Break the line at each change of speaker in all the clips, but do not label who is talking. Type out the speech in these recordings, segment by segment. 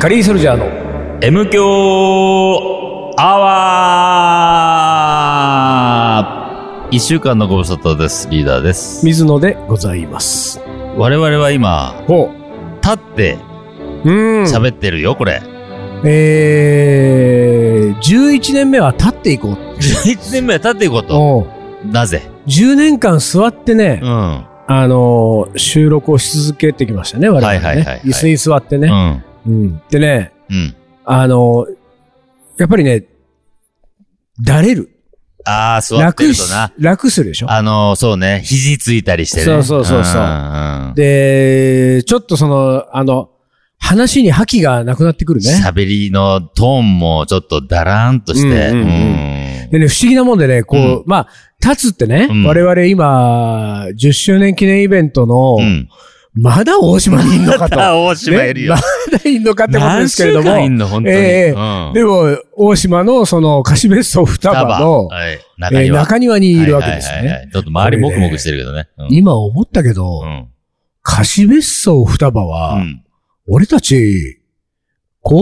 カリーソルジャーの
M 強アワー一週間のご無沙汰です。リーダーです。
水野でございます。
我々は今、
ほ
立って
う。うん。
喋ってるよ、これ。
えー、11年目は立っていこう
11年目は立っていこうと。
と。
なぜ
10年間座ってね
う、ん。
あのー収録をし続けてきましたね、我々ね。
はいはいはいはい
椅子に座って
う
ね、
ん。
うんでね、
うん。
あのーやっぱりね、だれる。
ああ、座って
楽
る
し
とな。、
楽するでしょ。
あのー、そうね。肘ついたりしてね。
そうそうそうそうん
ん
で、ちょっとその、あの、話に覇気がなくなってくるね。
喋りのトーンもちょっとだらんとして。
うんうん
うん
でね、不思議なもんでね、こう、
うん
まあ、立つってね、
うん
我々今、10周年記念イベントの、
うん。
まだ大島にいんのかと。
あ、 大島いるよ
ね。まだいんのかってことですけれども
何週。間いんの本当に。
ええ
うん
でも、大島のその貸別荘双葉の、
はい、
え
中
ー
には。
中庭にいるわけです
はいはいはい
ね。
はいちょっと周りもくもくしてるけどね。うん
今思ったけど、
うん
貸別荘双葉は、
うん。
俺たち、広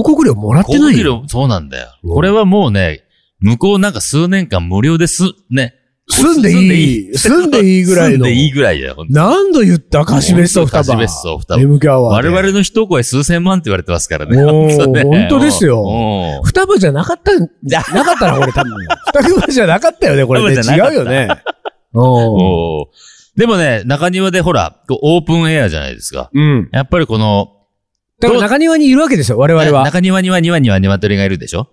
告料もらってないよ。
広々そうなんだよ。
うん
これはもうね、向こうなんか数年間無料です。ね。
住んでいい、住んでいいぐらい
住ん
の。
でいいぐらいだよ、本当に
何度言った貸別荘双葉。
貸別荘双葉
M キャワー
我
で。
々の一声数千万って言われてますからね。
おー
ね
本当ですよ
おー
双葉じゃなかったん、なかったな、これ多分。双葉じゃなかったよね、これね。
双葉じゃな
違
か
う
った
よね。お
おーでもね、中庭でほら、こうオープンエアじゃないですか。
うん。
やっぱりこの、
だから中庭にいるわけですよ、我々は。
中庭には庭には鶏がいるで しょ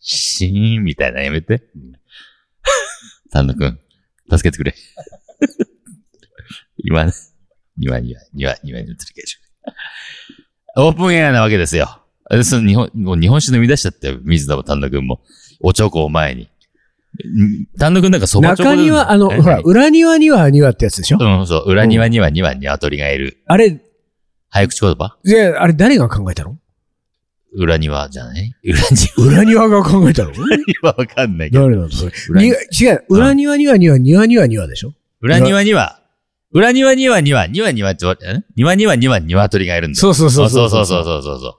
シーンみたいなのやめて。丹野くん、助けてくれ。 今ね、庭には庭、庭には鶏がいる。オープンエアなわけですよ。でその日本、もう日本酒飲み出しちゃったよ。水田も丹野くんも。おちょこを前に。ん丹野くんなんかそばちょこ
中
で
庭、あの、
え
ほら、裏庭には庭ってやつでしょ
うん、そう。裏庭には庭には鶏がいる。
あれ、
早口言葉
じゃあ、あれ誰が考えたの
裏庭じゃない裏庭。
裏庭が考えたの
はわかんないけど。
誰なのそれ。
裏
に
に
違う、裏庭には庭、庭には庭でしょ
裏庭には、裏庭には庭、庭にはちょ、え庭には庭、鶏がいるんだよ。
そうそうそう
そうそうそうそうそうそう。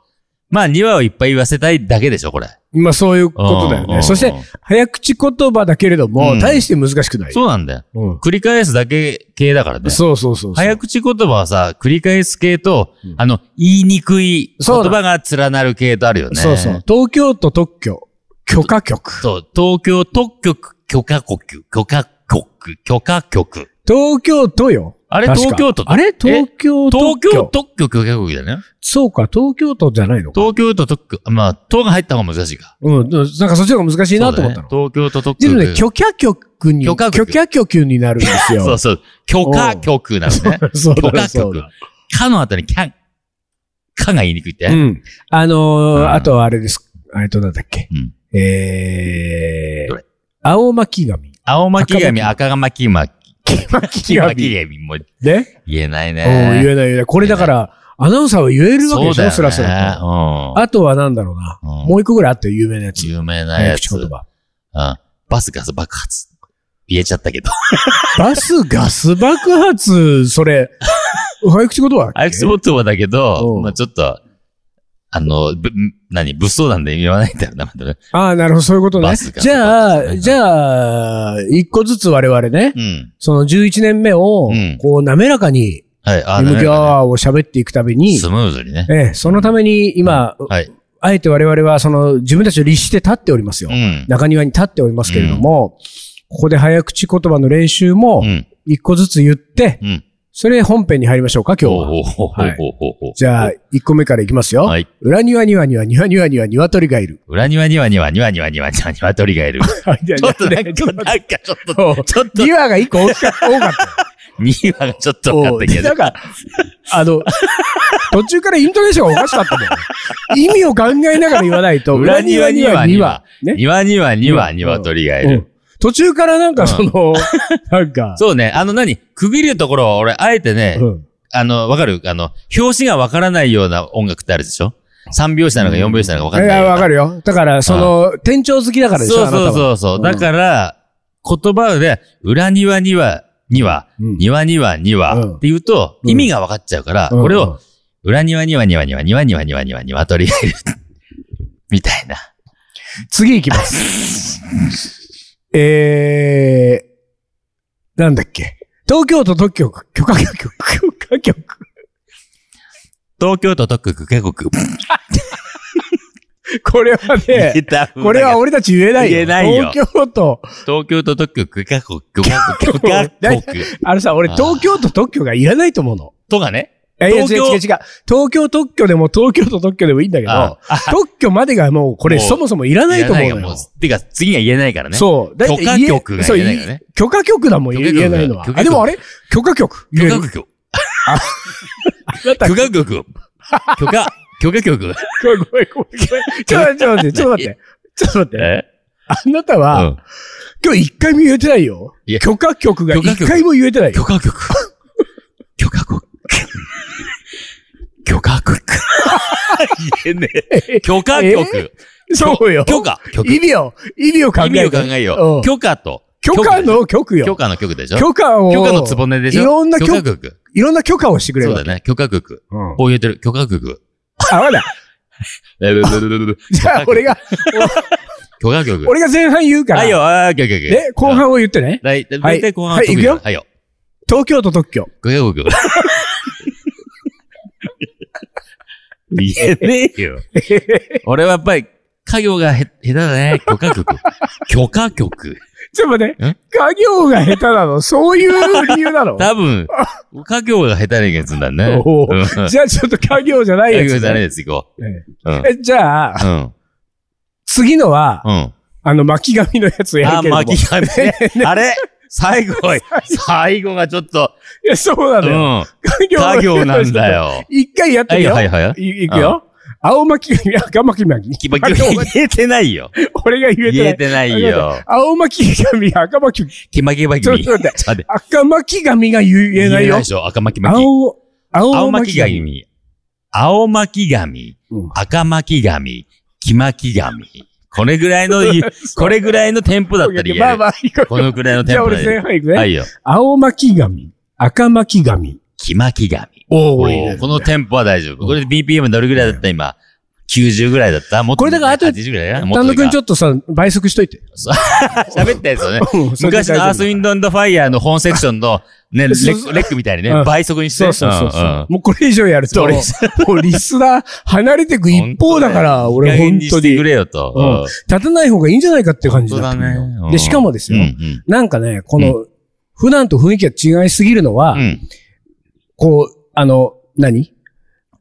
まあ、庭をいっぱい言わせたいだけでしょ、これ。
まあそういうことだよ
うん
ね。そし
う
て
ん、
早口言葉だけれど
う
も、
ん
大して難しくない。
そうなんだよ。
うん
繰り返すだけ系だからね。
そうそうそう。
早口言葉はさ、繰り返す系と、
うん
あの、言いにくい言
そうだ
葉が連なる系とあるよね。
そうそう。。東京都特許、許可局。
そう、東京特許許可局、許可局、許可局。
東京都よ。
あれ
確か
東京都
あれ東京都。
東京。特許許可局だよね。
そうか、東京都じゃないのか。
東京都特許、まあ、都が入った方が難しいか。
うん、なんかそっちの方が難しいなと思ったの。
そうだね東京都特
で
許
も
局。
ね、許可局に、
許可局
局になるんです
そう
よ。
そう。許可局なのね。
そう
許
だね
可
そう
局
だ。
かの後にキャン。かが言いにくいって。
うん。あの
うん
ー、あとあれです。えっと、なんだっけ
うん。
え
ど
ー
れ、
青巻紙。
青巻紙、赤巻紙、
巻
黄巻紙も
ね。
言えない
うん
ね。
言えないよね。これだから、アナウンサーは言えるわけで
そう
し
だ
ょ
よ
スラスラ
ね。
と。
うん。
あとはなんだろうな。
うん
もう一個ぐらいあったよ有名なやつ。
有名な
早
やつ。
口
う
言
ん。
葉。
バスガス爆発。言えちゃった けど。
バスガス爆発、それ、早口言葉だっけ
アイクスボットはだけ
う
ど、
ん
まあちょっと、あの、ぶ、何、物騒なんで言わないんだよな、またね。
ああ、なるほど、そういうことね。
バスガス
じゃ
爆
あ、
発
じゃあ、一個ずつ我々ね、
うん。
その11年目を
うん、
こう、滑らかに、
はい、あ
MQ ア
な
ワーを喋っていくために
ス、ムーズにね。
ええ、そのために今、
はい。
あえて我々はその自分たちを律して立っておりますよ
う。ん。
中庭に立っておりますけれども、ここで早口言葉の練習も
う、ん。
一個ずつ言って、
うん。
それ本編に入りましょうか、今日は。
ほうほうほうほうほうほう。
じゃあ、一個目からいきますよ。
はい
裏庭には庭、庭には庭、鶏がいる。
裏庭には庭、庭には庭、庭には鳥がいる。ち
はい、じゃ
ょっとなんか、
ちょっと
なんかちょっと、ちょっと、
庭が一個大きかった。多かっ
庭がちょっと
た。
分かったけ
なん
ど。
か、あの、途中からイントネーションがおかしかったもん。意味を考えながら言わないと、
裏庭には庭、
ね。
庭には庭、庭鳥がいうる
ん。途中からなんかその、なんか、
そうね、あの何、区切るところは俺、あえてね、
うん
あの、わかるあの、表紙がわからないような音楽ってあるでしょ ?3 拍子なのか4拍子なのかわかん
い
な
や、
いような。
わかるよ。だから、その、店長好きだからでしょ、
そ
あ
う
なた
そ
は
うそうそう。
うん
だから、言葉で、裏庭には、には、
うん
庭には、に
うん
は、って言うと、
うん
意味が分かっちゃうから、
うん
これを、裏庭には庭には庭には庭には鶏がいる。みたいな。
次行きます。えー、なんだっけ。東京都特許局、許可局、許可局、
東京都特区区国。
これはね、 これは俺たち言えないよ。
言えないよ
東京都。
東京都特区区画国。区画国。
あのさ、俺
あー
東京都特許がいらないと思うの。
とかね。
いやいや違う
東
違う
京
違う。東京特許でも東京都特許でもいいんだけ
あ
ど、特許までがもうこれ
もう
そもそもいら
あ
ないと思うの
も
よ。
う。てか、次には言えないからね。う。
そう。だい
許
た
可
い言え
局が言えないからね。
許可局だもん、言え
許可局
言えないのは。
許可局
あ、でもあれ許可局。言
許
え
可
る。
局。
だった
許可局。許可、許可局。
ごめんごめんごめんごめん。ちょっと待って、ちょっと待って、ちょっと待って。
え
あなた
う
は、
ん。
今日一回も言えてないよ
いや。
許可局が
許可
一
局
回も言えてないよ
許。可局。許可局。許可局。言えねえ。許可局。
そうよ。
許可。許可。
意味を、意味を考
意
え
味を
て。
考え
う
よ
ん
う。許可と。
許可の局
許
よ。
可の局でしょ
許可を、
許可のつぼねでしょ
いろんな許
許可局。
いろんな許可をしてくれ
そ
る
う
わ
だ
け。
ね。許可局。
うん
こう言えてる。許可局。
あ、まだ。
ええ
じゃあ、俺が、
許可局。
俺が前半言うから。
はいよ、あー、許可局。
で、後半を言ってね。
はい。だいたい後半
はい
得意
はい
だ
行
はいよ。
東京都特許。
ご やごく。言えねえよ。 俺はやっぱり、家業がへ、下手だね。許可局。許可局。
ちょっと待って
ん。
家業が下手なのそういう理由なの
多 分、家業が下手なやつなんだね。
お
うん
じゃあちょっと家業じゃない
家
や
業
つ
じゃない
ね。
です、行こう。
え
うん。
えじゃあ、
うん。
次のは、
うん。
あの、巻き紙のやつをや
あ
るけ
ー、
れども。
巻き紙 ね。あれ最後、最後がちょっと、
いや、そうな
う
のよ。
ん。
家業
家業なんだ。 よ。
一回やって
は
み
い
よう。
はいはい。
いいくよ。青巻き紙、赤巻き紙。
きまき 言えてないよ。
俺が言え
言え
て
てな
ない。
いよ。
青巻き紙、赤巻 き
きまきまき。
ちょっと待って
ちょっと待って
赤巻き紙が言えないよ
で。しょ赤巻き巻き。
青、青巻
青巻
き
き
紙。
紙。青巻き紙
うん。
赤巻き紙。黄巻き紙。これぐらいの、いこれぐらいのテンポだったり
まあまあ、いいよ
このぐらいのテ
じ
ン
ゃあ
ポだ
俺前
り。
半いくね。
はいよ。
青巻き紙、赤巻き紙。
黄巻き紙。
お
お
ーいいね
ーこのテンポは大丈夫。これで BPM どれぐらいだった今。90ぐらいだったもっと
これだから後で
80ぐらいだなもっ
丹野
と
くん
か
ちょっとさ、倍速しといて。
喋ったやつ だね。
うんそれで
昔
大丈
の
夫
アースウィンドアンドファイヤーの本セクションの、 ね、レ
そうそう
ックレックみたいに
う
ね、
ん
倍速にして。
そうそうそうそ
んん
う。もうこれ以上やると、
それ
も
以
うリスナー離れてく一方だから、
いい
俺
加減
本
に
当
してく
に。
れよと。
うん立たない方がいいんじゃないかっていう感じだったのよ
本当だねうん
で、しかもです
うん。う
よ。
ん。
なんかね、この、普段と雰囲気が違いすぎるのは
う、ん。
こう、あの、何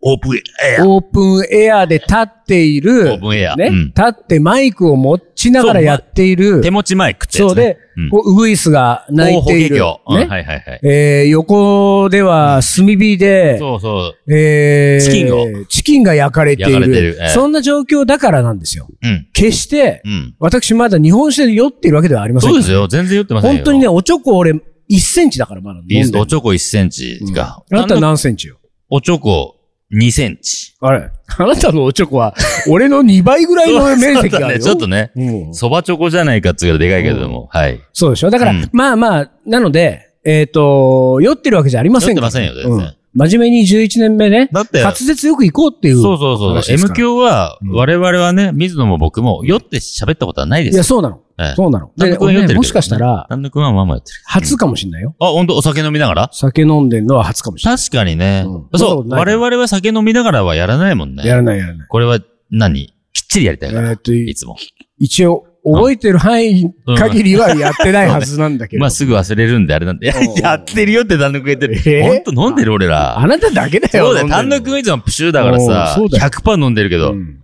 オープンエア。
オープンエアで立ってい
オ
る
ー、プンエア。
ね、
うん
立ってマイクを持ちながらやっている
手、持ちマイクってやつね。
そうで
うん、
こう、ウグイスが
大
鳴いている。
法華経うん
ね
はいはいはい。
えー横では炭火で、
そうそう。
えー
チキンを
チキンが焼かれてい
焼か
る。
れてるええ
そんな状況だからなんですよ。
うん。
決して、
うん。
私まだ日本酒で酔っているわけではありません
そうですよ。全然酔ってませんよ。
本当にね、。おちょこ俺1センチだからまだ飲んで
イ
る
ーストおちょこ1センチか。
うんあなた
あの
何センチよ。
おちょこ2センチ。
あれあなたのおちょこは、俺の2倍ぐらいの面積があるよ。
そうだねちょっとね。
うん
そばチョコじゃないかっつうぐらいでかいけれども。はい。
そうでしょだから、
うん
まあまあ、なので、えっ、と、酔ってるわけじゃありま
酔
せ
っ
ん
て
から
ませんよ、全
うん
然。
真面目に11年目ね、
だって、
滑舌よく行こうっていう。
そうそうそう
話
そう。
ですから
M 教は
う、ん
我々はね、水野も僕も、酔って喋ったことはないで
い
す
や、
よ。
そうなの。
ええ
そうなの。で、
丹野くんは酔ってるけ
俺
ど
ねもしかしたら、
丹野くんはまあまあやってる。
初かもしんないよ。
あ、本当お酒飲みながら
酒飲んでんのは初かもしんない。
確かにね。
うん
そ
そう
う。
ない
我々は酒飲みながらはやらないもん
や
ね。
らないやらない。
これは何、きっちりやりた
え
いから。
ーっと、
い
い
つも。
一応、覚えてる範囲限りはやってないはずなんだけど
まあ。すぐ忘れるんであれなんで。いや
おうおう
やってるよって丹野くん言ってる。
え
ほんと飲んでる俺
あ
ら。
なただけだよ。
そうだよ。丹野
飲んでん
くんいつもプシューだからさ、
おうそうだよ
100%飲んでるけ
の
ど
う。ん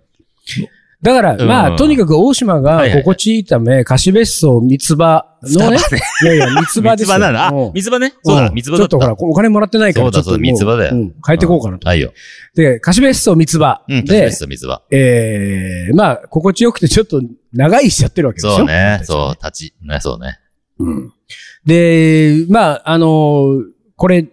だから、
うん
まあ、とにかく大島
はいは
が
いはい
心地いいため、貸別荘三つ葉のね、いやいや、三つ葉
三
で
つ
すよ。
葉なの
う
あ
ん、
三つ葉ね。そうだ、
ん
三つ葉
ちょ
だ
っ
っ
とほ
た。
ら、お金もらってないから、
そうだ
ちょっと
そうだ三つ葉だよ
もううん変えていこうかなと。
はいよ。
で、貸別荘三つ葉。
うん、確か
で
に、三つ葉。
ええまあ、心地よくてちょっと長いしちゃってるわけでしょ
そうね。そう、立ち。ね、そうね。
うん。で、まあ、あのーこれ、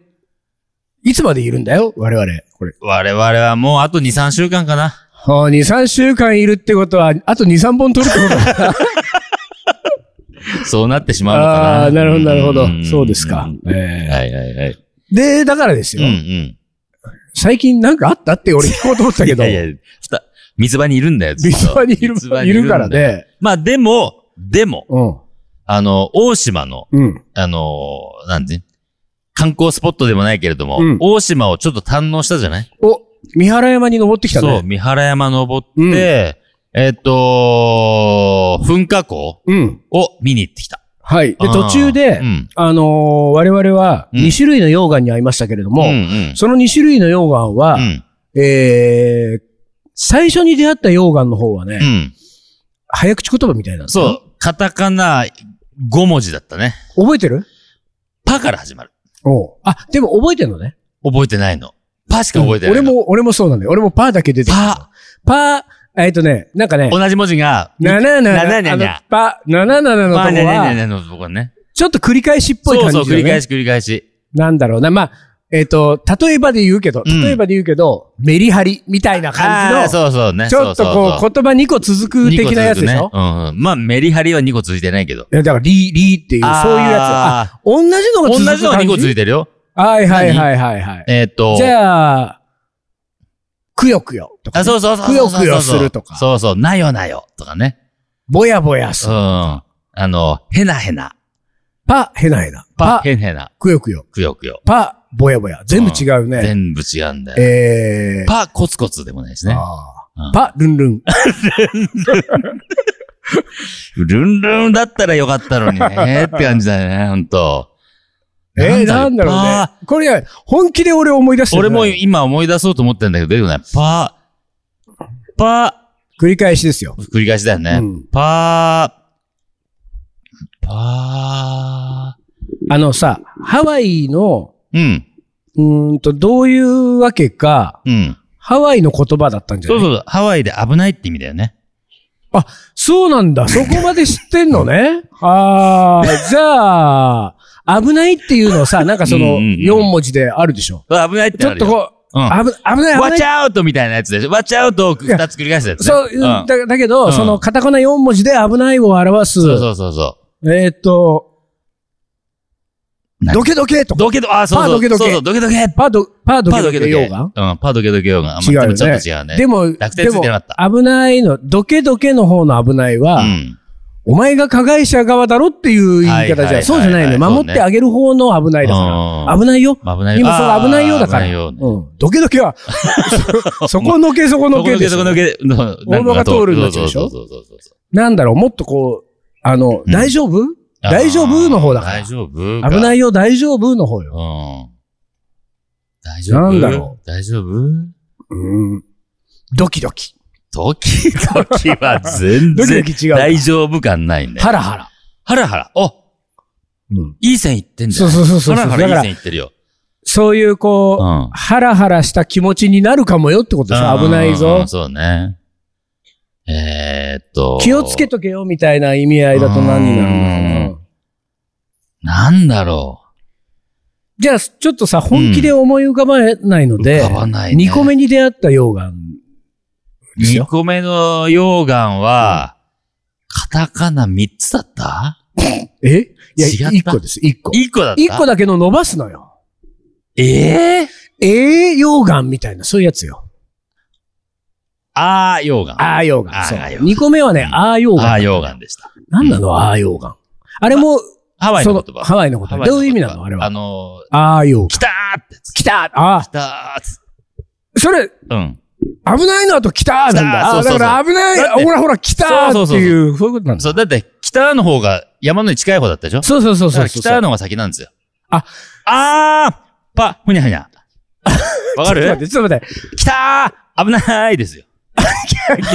いつまでいるんだよ我々。これ。
我々はもうあと2、3週間かな。
あー2、3週間いるってことは、あと2、3本取るって ことだ。
そうなってしまうのかな。
ああー、なるほど、なるほ
んん
ど。
ん
そうですか。え
はいはいは
え
い。
で、だからです
うん
よ。
うん。
最近なんかあったって俺聞こうと思ったけど、
いやいや、ふた水場にいるんだよ、ずっと
水場にいる
水場、に
い
いる
る
ん
か
だよ
らね。
まあでも、でも、
うん。
あの、大島の、
うん。
あの、なんて、観光スポットでもないけれども、
うん
大島をちょっと堪能したじゃない
お、三原山に登ってきた
そう、
ね。
三原山登って、
うん
えっと、噴火口
う。うん。
を見に行ってきた。
はい。で、
あー
途中で、
うん
あのー我々は
うん
2種類の溶岩に会いましたけれども、
うんうん。
その2種類の溶岩は、
うん。
えー、最初に出会った溶岩の方はね、
うん。
早口言葉みたいなんですよ
そう、カタカナ5文字だったね。
覚えてる
パから始まる。
おうあ、でも覚えてるのね。
覚えてないの。パしか覚えてないの。
俺も、俺もそうなんだよ。俺もパーだけ出てる
パ。
パー、えっとね、なんかね、
同じ文字が、
ななな
なな
な
なな
あのパ、ななななの
まあ、
と
ね
こ
ねね
は、
ねのとこね。
ちょっと繰り返しっぽい
そ
感
う
じ
そう、
だ
繰
よ
り返
ね。
し繰り返し。
なんだろうな。まあ、えっと、例えばで言うけど、
うん
例えばで言うけど、メリハリみたいな
あ
感
ー
じの、
そうそうね。
ちょっとこう、言葉2個続く的なやつでし
ね
ょ。
うんうん。まあ、メリハリは2個続いてないけど。
いやだから、リー、リーっていう、そういうやつ。あ、
あ
同じの
ー
が
同
続
じ
く
の
感じ
が2個続いてるよ。
はいはいはいはいはい。
えーっと。
じゃあ、くよくよとか、
あ、そうそうそうそうそうそう。
くよくよするとか
そうそう、なよなよとかね。
ぼやぼや
う
す
ん。
る。
あの、へなへな。
パ、へなへな。
パ
パ、、
へなへな。
くよくよ。
くよくよ。
パ、ぼやぼや。全部違うね。
全部違うんだよ。
えー、
パ、コツコツでもないしね。
あー
うん
パ、ルンル ン。
ルンルンだったらよかったのにね。って感じだよね、ほんと。
えー、なんだろう
パ
ね。これ、本気で俺思い出してる
俺
ね。
も今思い出そうと思ってんだけど、出てこない。パー、パ
繰り返しですよ。
ー、繰り返しだよね。
うん
パー、パ
あのさ、ハワイの、
ー、うん、
うーんと、どういうわけか、
うん。
ハワイの言葉だったんじゃ
そ
な
う
い
そうそう、ハワイで危ないって意味だよね。
あ、そうなんだ。そこまで知ってんの ね。ああ、じゃあ、危ないっていうのをさ、なんかその、
うんうんうん
4文字であるでしょ。
そう危ないって
ち
な
ょっ
る
と
よ
こう、
う
危
ん
危ない、危な
ワッチ
い。
ャアウトみたいなやつでしょ。ワッチャアウトを
いや
2つ繰り返したやつね。
そう、
ん
だだけど、
うん
その、カタカナ4文字で危ないを表す、
そうそうそうそ
えーっと、
何
ドケドケと
う。
か、
ドケド、あ、そう
パー
そ
ド
う。
ケドケ
そうそう、ドケドケ。
パード、パード
パー
ケ
ド
ド
ケ
ケ
ドケ。
溶岩
うん、パードケドケ溶岩。まあ
違うよね
でもちょっと違うね。
でも、
濁
で
点つい
も
てなかっ
危ないの、ドケドケの方の危ないは、
うん。
お前が加害者側だろっていう言い
はいはい
方
はい
じ
は
ゃん。
い
そうじゃないね。
そうね
守ってあげる方の危ないだか
う
ら。危ないよ。
危ない
今それ危ないよだから。
あー危ないよね
うん。どけどけは、そそこのけそこのけでし
そ
ょ
このけ、そこのけ。
大物が通るんだっちゃうでしょ
そうそうそうそうそう。
なんだろう、もっとこう、あの、
うん
大丈夫大丈夫の方だから
大丈夫。
危ないいよ、大丈夫の方
うん
よ。。
大丈夫
なんだろ
う。大丈夫
うん。ドキドキ。
ドキドキは全
ドキド
然
キ違うか。
大丈夫感ないね。
ハラハラ。
ハラハラ。お
うん。
いい線いってんじゃ
そ
ん。
うそうそうそう。
ハ
だ
ラハ
か
ラいい
ら、
線いってるよ。
そういうこ
う
う、
ん。
ハラハラした気持ちになるかもよってことでしょ。危ない
うんうんう
ぞ
ん。そうね。えーっと。
気をつけとけよみたいな意味合いだと何になるのかな。
なんだろ
じゃあ、ちょっとさ、本気で思い浮かばないので、
浮かばないね
2個目に出会った溶岩
う。
です
2
よ。
個目の溶岩は、カタカナ3つだった
えいや、
違った
1個です、1個。
?1 個だった
1個だけの伸ばすのよ。
ええ
ええ溶岩みたいな、そういうやつよ。
あー溶岩。
ああ溶岩。
あー
そう
溶岩
2個目はね、
うん
ああ溶
あ
岩。
ー溶岩でした。
なんなの、ああ溶岩。あれも、
ハワイ
そ
の
の
言、葉。
ハワイのこと。
ハワイの
ど
言葉
ういう意味なのあれ
あ
は。
のー、
ああ溶岩。
来たーってやつ。
来たああ、
来たーっつ。
それ、
うん。
危ないの後来たなん
来た
だ。ああ
そうそうそう
だから危
だっ
ない、
て
ほらほら来た
そ
って
うそうそうそう
いう、そういうことなんだ。
そう、だって、北の方が山のに近い方だったでしょ
そうそうそう
だか
そ
ら
う。
北の方が先なんですよ。
あ、
あー、パ、ふにゃふに ゃ。わ
ち
か
ょっと待っ
る
て、ちょっと待って。
北ー危ないですよ。
逆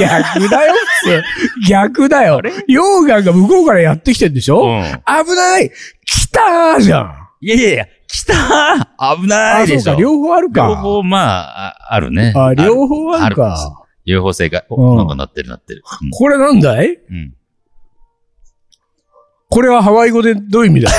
だよ、普通。逆だよ。溶岩が向こうからやってきてんでしょ、
うん。
危ない来たーじゃん
いやいやいや、北ー危ないでし
そう
ょ。
か、両方あるか。
両方、まあ、ああるね。
あ、両方ある
あるんで
か。
両方正解。
う
お
ん
なんかなってるなってる。うん
これなんだい
うん。
これはハワイ語でどういう意味だ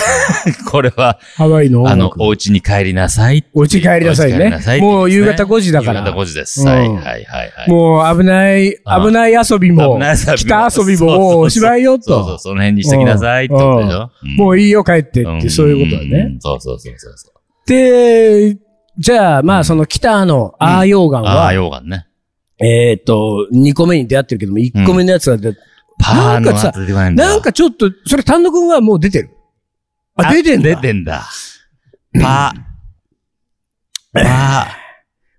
これは、
ハワイの
あ
音
の、
楽。
お家に帰りなさい。
お家帰りなさい
お家帰り
ね
なさい。って
もう夕方5時だ
夕
から
方。5時です。
うん
はい、はい、はい。はい
もう危ない、
あ
危ない遊びも
危ない遊び、
北遊
も
び
そうそう
も
そう
おしまいよ
そうそう、
と。
その辺にしてきなさいってことでしょ。
もう
い
いいよ帰って
っ
って、そういうことだね。。
んそうそうそうそうそう。
で、じゃあ、まあ、その北のアー溶岩
ああ、
は、
溶岩ね。
えっと、2個目に出会ってるけども、1個目のやつは出、
パー
なん
の
かさ
後出てこないんだ。
なんかちょっと、それ単独はもう出てる。あ、出てん
出
だ。
てんだ。パー。パ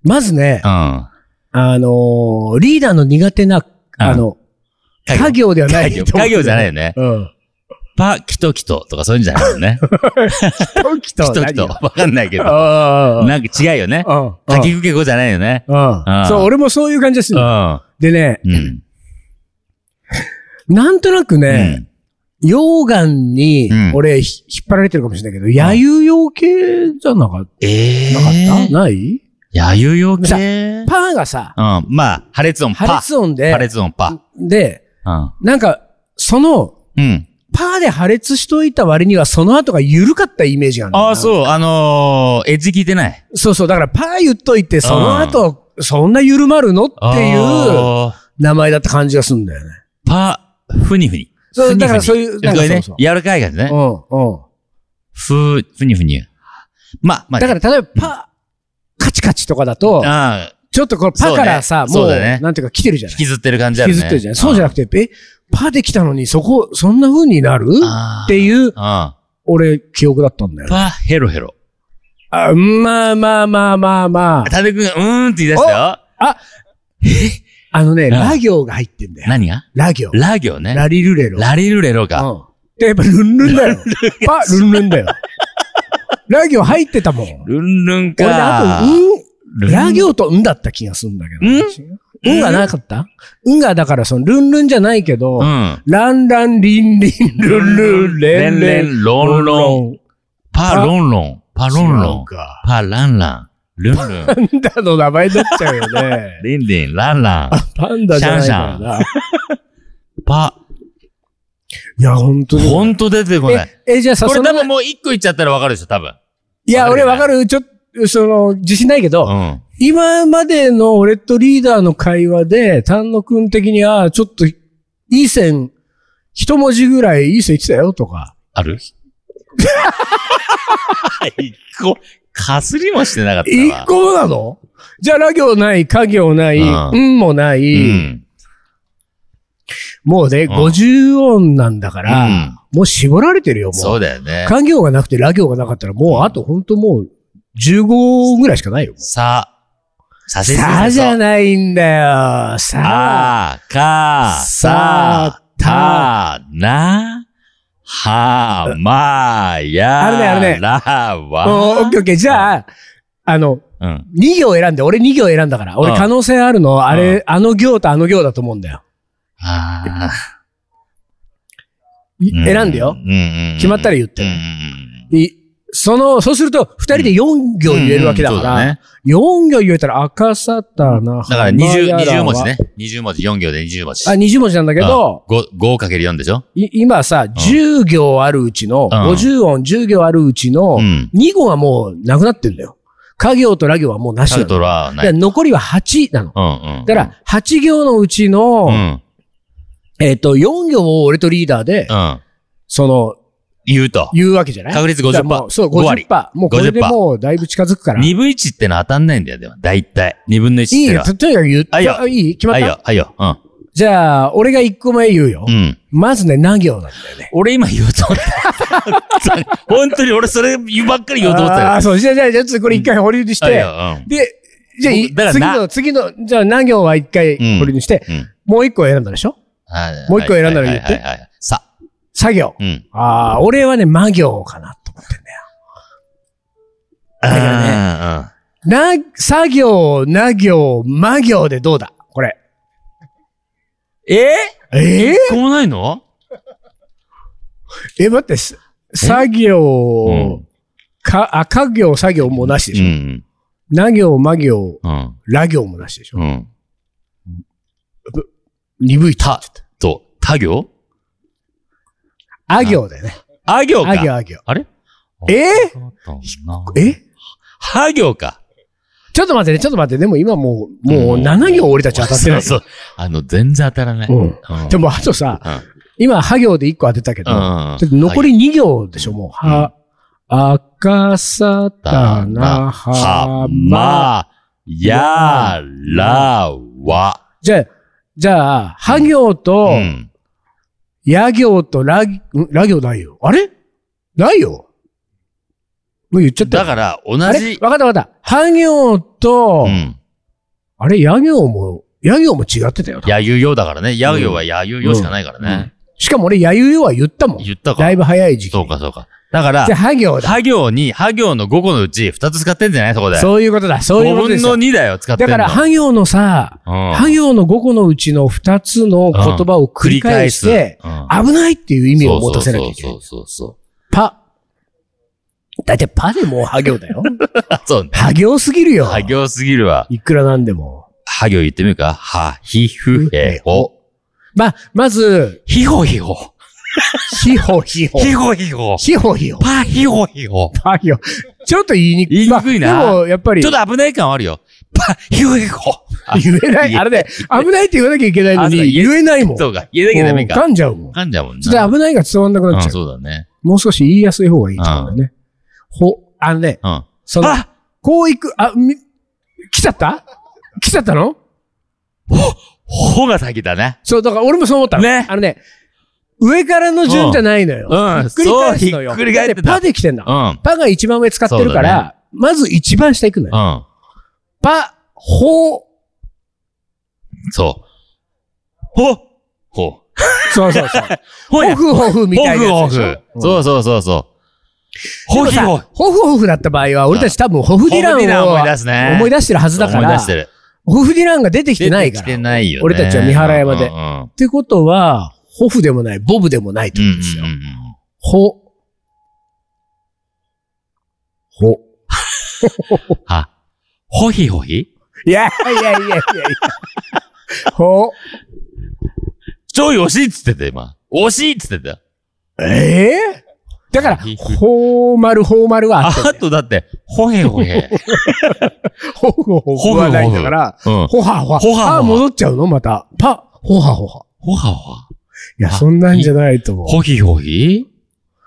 まずね、
ー。うん。
あのー、リーダーの苦手な、あの、
家業
家業ではない。
家業 家業じゃないよね。
うん。
パ、キトキトとかそういうんじゃない よね。
キ
キトキト。わかんないけど。
あ
なんか違うよね。
あ。
かきくけこじゃないよね。
うん。そう、俺もそういう感じです
う
る。
ん。
でね、
うん。
なんとなく
う
ね、
ん。
溶岩に
うん、
俺、ひ引っ張られてるかもしれないけど、弥生用系じゃなかっ
ええ。
たなかったない
やゆよけ
さ
うん。
パーがさ、
まあ、破裂音パ。
破裂音
破
で、
裂音パ。
で、
うん。
なんか、その、
うん。
パーで破裂しといた割には、その後が緩かったイメージがあるんだよ
あ
な
あ、そう、あのー、エッジ聞いてない。
そうそう、だからパー言っといて、その後、そんな緩まるのっていう
あ
名前だった感じがするんだよね。
ー。パ、ふにふに。
そう
ふにふに
だからそういうなんか
これね
そうそう
柔らかい感じね
う。ん、うん。
ふ、ふにふに。まあ、まあ、
だから例えばパー、カチカチとかだと、
ああ、
ちょっとこのパーからさ、
そう
もう、
だねそうだね
なんていうか来てるじゃない
引きずってる感じあ
引き
るね。
ずってるじゃないそうじゃな
く
くて、え、パーで来たのにそこ、そんな風になる
あー
っていう、
あ
俺、記憶だったんだ
あ。
よね。
パ、ヘロヘロ。
あまあまあまあまあまあ。
タデ君がうーんって言い出したよ。
あのね、
ん
ラ行が入ってんだよ。
何が
ラ行。
ラ行ね。
ラリルレロ。
ラリルレロか。
うん。で、やっぱルンルンだよ。パ、ルンルンだよ。ラ行入ってたもん。俺
ルンルン
ね、
か
あ。と、う
ル
ん、
ン
ラ行とうんだった気がするんだけど。うんがなかったうんがだからそのルンルンじゃないけど、
うん。
ランランリンリン、ルンルン、レ
レ
ン
ン
レ
レ
ン、
ン、ロンロン。
ン。
パロンロン。パロンロン。
か。
パランラン。ルンルン。。
パンダの名前になっちゃうよね
リンリン、ランラン。
パンダじゃないからな。
パ、
いや、本当に。
ほんと出てこない。
え、えじゃあさ、
こ
そ
れ多
の、
分もう一個いっちゃったらわかるでしょ、多分。
いや、
わかる
俺
よね
わかる。ちょっと、その、自信ないけど、
うん。
今までの俺とリーダーの会話で、丹野くん的には、ちょっと、いい線、一文字ぐらいいい線言ってたよとか。
ある一個、かすりもしてなかった
一
わ。
個もなのじゃあ、ら行ない、家行ない、
うん
うんもな
う
い、
ん。
もうね、
ん
50音なんだから、
うん
もう絞られてるよ、もう。
そうだよね。
家業がなくてラ行がなかったら、もうあとほんともう15ぐらいしかないよ。
さ、させ
さあじゃないんだよ。さあ。
あー、か、
さ
さ、
た
た、な、は、ま、や、
あるねあるね
ら、
うんオッ
は、
ケーオッケー。じゃあ、あの、
うん。
2行選んで、俺2行選んだから。俺
うん
可能性あるの、あ
う
れ、あの行とあの行だと思うんだよ。
あ
い
ー
選んでよ
う。んうんうん
決まったら言って
うん
いその、そうすると、2人で4行言えるわけだか
うんうんそうだ
ら
ね、
4行言えたら赤さたな。
だから
浜や
20、
らは
20文字。ね。20文字、4行で20文字。
あ、20文字なんだけど、
5、かける4でしょ
い今さ、10行あるうちの、
うん
50音10行あるうちの、
うん。
2行はもうなくなってるんだよ。家行とラ行はもうなし
タ
な
ル
の。
トラはない。
で
うん
残りは8なの。
うん。
だから、8行のうちの、
うん、
えっ、と、4行を俺とリーダーで、
うん。
その、
言うと。
言うわけじゃない
確率50%
だからもうそう、
5割
50%。もうこれで
50%
もうだいぶ近づくから。い
2分1ってのは当たんないんだよ、でも。大体。2分の1って
い
の
よ、
は。
ととにかく言っ
あいいよ
あいい決まっ
はい
た
よ、はいよ。うん。
じゃあ、俺が1個前言うよ。
うん。
まずね、何行なんだよね。
俺今言おうと 思った。本当に俺そればっかり言おうと思った
あ
よ
あ、。そう。じゃあ、じゃあ、じゃあちょっとこれ一回保留にし
あい
て、
やうん
で、じゃあい、
だか
次
ら
の、次の、じゃあ、何行は一回
うん
これにして、
うん
もう一個選んだでしょ
はい
もう一個選んだら言って
はいはいはいはいさ。
作業。
うん。
ああ、俺はね、魔行かなと思ってんだよ。
だ
から
ね。
な、作業、な行、魔行でどうだこれ。
え
ええ
一個もないの
え、待って、す作業、
うん
か、あ、家行、作業もなしで
う
しょ。
ん。
な行、魔行、
うん。
ら行もなしでしょ。
うん。
鈍いた。
と、他行
あ行だよね。
あ行
あ行、
か。
あ行。
あれ
ええ
は行か。
ちょっと待ってね、ちょっと待って。でも今もう、もう7行俺たち当たってない。
そうそう。あの、全然当たらない。
うん
うん
でも、あとさ、
うん
今、は行で1個当てたけど、
うん
だって残り2行でしょ、もう。は、赤さたなはま。
はま、やらわ。
じゃあ、じゃあ、は行と、
うん。
や行とら、んら行ないよ。あれないよ。もう言っちゃった
だ
よ。
から、同
あれ
じ。
わかったわかった。は行と、
うん。
あれ、や行も、や行も違ってたよな。
やゆよだからね。やゆはやゆよしかないからね。
しかも俺、やゆよは言ったもん。
言ったか
だいぶ早い時期。
そうか、そうか。だから
じゃ、あ、は行だ。
は行に、は行の5個のうち2つ使ってんじゃないそこで。
そういうことだ。そういう
5
ことで
分
す
の
よ。
2だよ、使っ
だ
てんの。
から、は行のさ、は
うん
行の5個のうちの2つの言葉を繰り返して、、
うん
危ないっていう意味を持たせなきゃいけない
そ。うそうそう
パ。だってパでもうは行だよ。
そうそう。そうね。
は行すぎるよ。
は行すぎるわ。
いくらなんでも。
は行言ってみるかは、ひ、ふ、へ、ほ。
まあ、まず、
ひほひほ。
ひほひほ。
ひほひほ。
ひほひほ。
パひほひほ。
は行。ちょっと言いにくい。
言いにくいな
まあでも、やっぱり
ちょ、っと危ない感はあるよ。パひほ ひほ。あ
言えない。
言え
あれで、危ないって言わなきゃいけないの
あそう
に、
言え
言えないもん。
そうか。言えなきゃダメ
も
か。
う噛んじゃうもん。
噛んじゃうもん
ちょっ
な。
と危ないが伝わんなくなっ
う
ち
ん、
ゃう。
そうだね。
もう少し言いやすい方がいいと思うんだよね。ほ、あのね、
うん。
その、
あ
こう行く、あ、み、来ちゃった来ちゃったの
ほが先だね。
そう、だから俺もそう思ったの。
ね
あのね、上からの順じゃないのよ。
うん
ひっくり返すのよ。
そうひっくり返ってた
だパで来てんだ
う。ん。
パが一番上使ってるから、まず一番下行くの
う
よ。
ん。
パ、ほ、
そう。ほほ。
そうそう そう。
ほ
ホフホフみたいな
ホ
やつ
フ
でしょ。
ホフ。そうそうそうそう。ほ
でも
ひ
さ
ほ。
ホフホフだった場合は、俺たち多分ホフディラ
ホフディラ
ン
ン
を
を思い出すね
思い出してるはずだか
思い出
ら
し、てる。
ホフディランが出てきてない
出
か
てきて
ら。っ
ないよね。
俺たちは三原山で
うんうん
てことは、ホフでもない、ボブでもないって
うん。う
こ
ん
とですよ
うんう。ん
ほ、ほ。
うん。は。ほひほひ
いやいやいやいやいや。ほ、
ちょい惜しいっつってた、今。惜しいっつってた。
ええだから、ほうまるほうまるはあってんだ
あ
よ。
とだって、ほへほ へ。
ほふほふはないんだから、
うん。
ほはほは。
ほはほは
あ、戻っちゃうのまた。パ、ほはほは。
ほはほは。
いや、
あ
そんなんじゃないと思う。
ほひほひ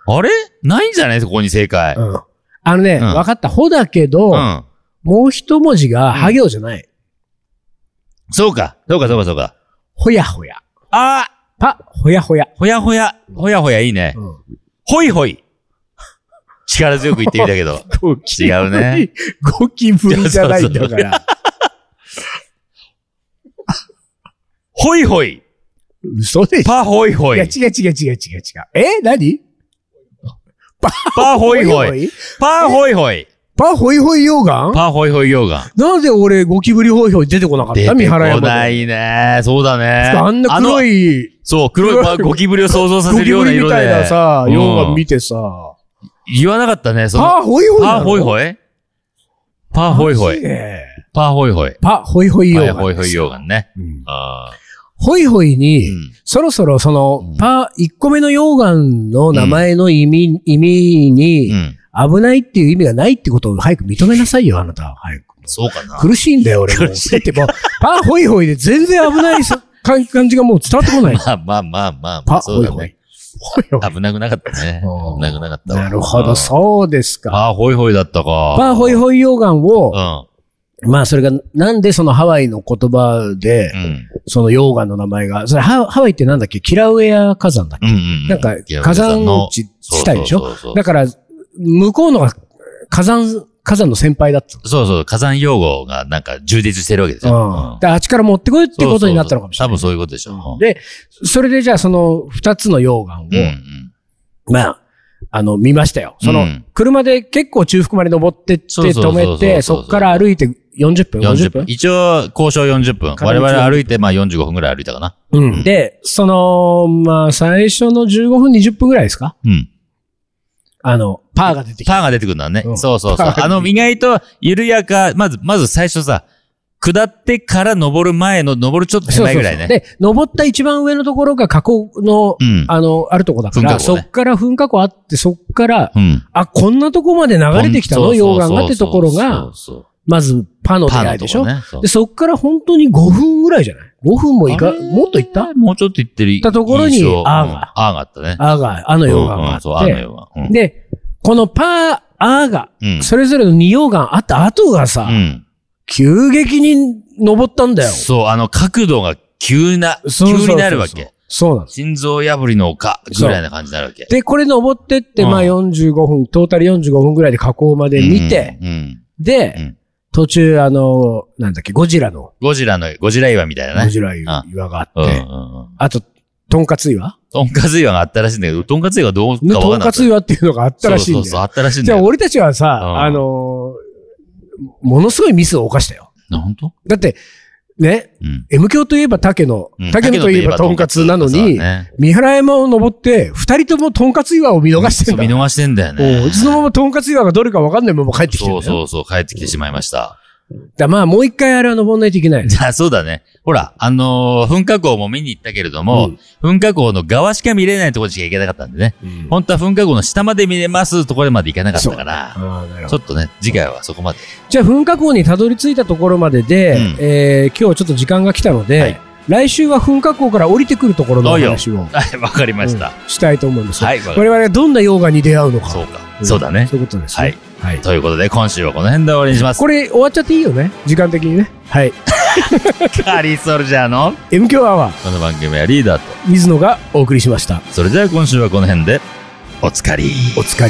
あれないんじゃないここに正解。うん。
うん。あのね、
うん
わかった。ほだけど、もう一文字が、
ん
は行じゃない。
そうか。そうかそうかそうか。
ほやほや。
あ
パ、ほやほや。
ほやほや。ほやほやいいね。
うん。
ほいほい。力強く言ってみた けど。
ゴキ
違うね。
ゴキブリじゃないんだ から。
ほいほい。
嘘でしょ。
パほいほ
いや、
い。
違う違う違う違う違う。え何
パほいほい。
い。
パほいほい。
パ、ほいほい溶岩
パほいほい溶岩。
なんで俺、ゴキブリホイホイ出てこなかっ
出
た三
てこ
原山で。
ないね。そうだね。
あんな黒
い。
い、
そう、黒いパゴキブリを想像さ
ゴ
せる
キ
よう
ブ
な
リ
色
みたいな
で。
さ、
うん
溶岩見てさ、
言わなかったね。その、
パ、ホイホイな
パ
の。
ほいほい。パほいほ
マジ
い。
で
パほいほい。
パ、ホイホイ溶
パ
岩。
ほいほい溶岩ね。
うん
あ
ホイホイ
ーう
に、
ん
そろそろその
うん、
パ、1個目の溶岩の名前の意味、意味
う
に、
ん。
危ないっていう意味がないってことを早く認めなさいよ、あなた。早く。
そうかな。
苦しいんだよ、俺も。だ
苦しい
ってもう、パ、ホイホイで全然危ないさ感感じがもう伝わってこ ない。
まあまあまあまあま
パ、
あ。そ
ホ
う
イ
だ
ホイ。
ね。
ホイホイ。
危なくなかったね。
うん
危なくなかったわ。
なるほ
う
ど、
ん
そうですか。
パーホイホイだったか。
パーホイホイ溶岩を、
う
まあそれが、なんでそのハワイの言葉で、
ん。うん。
その溶岩の名前が、それハハワイってなんだっけキラウエア火山だっけ、
うんうん。
なんか
いや
火山
の
地地帯でしょ
そうそうそう
だから、向こうのが火山、火山の先輩だった。
そうそう、火山用語がなんか充実してるわけでし
うん。
ょ。
だからあっちから持ってこいってことになったのかもしれない。
そうそうそう多分そういうことでしょ。
で、それでじゃあその二つの溶岩を、
うんうん。
まあ、あの、見ましたよ。その、
うん
車で結構中腹まで登ってって
そうそう
止
そうそう
めて、そっから歩いて40分 ?50
40
分
分。一応、交渉40分。
片道
我々歩いて、まあ45分ぐらい歩いたかな。
うん。で、その、まあ、最初の15分、20分ぐらいですか
うん。
あの、パーが出てき
パ
た。
ーが出てくるんだね
う。ん
そうそうそう。
パー
あの、意外と緩やか、まず、まず最初さ、下ってから登る前の、登るちょっと手前ぐらいね。
で、登った一番上のところが火口の、
うん
あの、あるとこだから、
噴火口
そ
ね
っから噴火口あって、そっから、
うん。
あ、こんなとこまで流れてきたの溶岩がってところ
そ
が
う、そう
まずパの
そ
出
う、パ
会い
ーの
でし
と
ょ、
こね。そう
で、そっから本当に5分ぐらいじゃない ?5 分もいか、
あれー
もっといった
もうちょっと行ってる。
たところに
印象うん
あーが
あーがあったね。
あが、あの溶岩があ
うんうんそう、
あ
あ
っ
の
て
よ。うん
で、このパー、アーが、
うん。
それぞれの二葉があった後がさ、
うん。
急激に登ったんだよ。
そう、あの角度が急な、
そうそうそうそう
急になるわけ。
そうなの。
心臓破りの丘ぐらいな感じになるわけ。
で、これ登ってって、
うん
まあ45分、トータル45分ぐらいで河口まで見て、
うん、うん。
で、
うん
途中、あの、なんだっけ、ゴジラの、
ゴジラの、ゴジラ岩みたいな
ゴ
ね。
ジラ岩があって、
うんうんうん。
あと、とんかつ岩
とんかつ岩があったらしいんだけど、とんかつ岩がどうかわかんな
と
か
ん
った。
かつ岩っていうのがあったらしいん
そう
だ
そうそう、
よ。
あったらしいん
じ
だ
ゃあ、
よ。
俺たちはさ、
うん
あのーものすごいミスを犯したよ。
本当
だって、ね、
うん。
M 教といえば竹野
うん、
竹野といえばとんかつなの
そう
に、
だね
三原山を登って、二人ともとんかつ岩を見逃して
そ
ん
う
だ。
見逃してんだよ
お
ね
う。そのままとんかつ岩がどれかわかんないまま帰ってきて
そ
る
うそうそう、帰ってきてしまいました。
だまあ、もう一回あれは登んないといけない。
じゃあ、そうだね。ほら、あのー噴火口も見に行ったけれど
う
も
ん、
噴火口の側しか見れないところしか行けなかったんでね。
うん
本当は噴火口の下まで見れますところまで行かなかったから、
あーなるほ
ち
ど
ょっとね、次回はそこまで。
じゃあ、噴火口にたどり着いたところまでで、
うん
えー今日ちょっと時間が来たので、
はい
来週は噴火口から降りてくるところのお話 を、
はい、わかりました。
うんしたいと思います。
はい、わか
我
り
々がどんな溶岩に出会うの
ました。そ
か。
うか。
うん
そうだね。
そういうことですね。はい。
ということで、今週はこの辺で終わりにします。
これ終わっちゃっていいよね。時間的にね。はい。
カリーソルジャーの
M 強アワー、
この番組はリーダーと。
水野がお送りしました。
それじゃあ今週はこの辺で、おつかり。
お疲れ。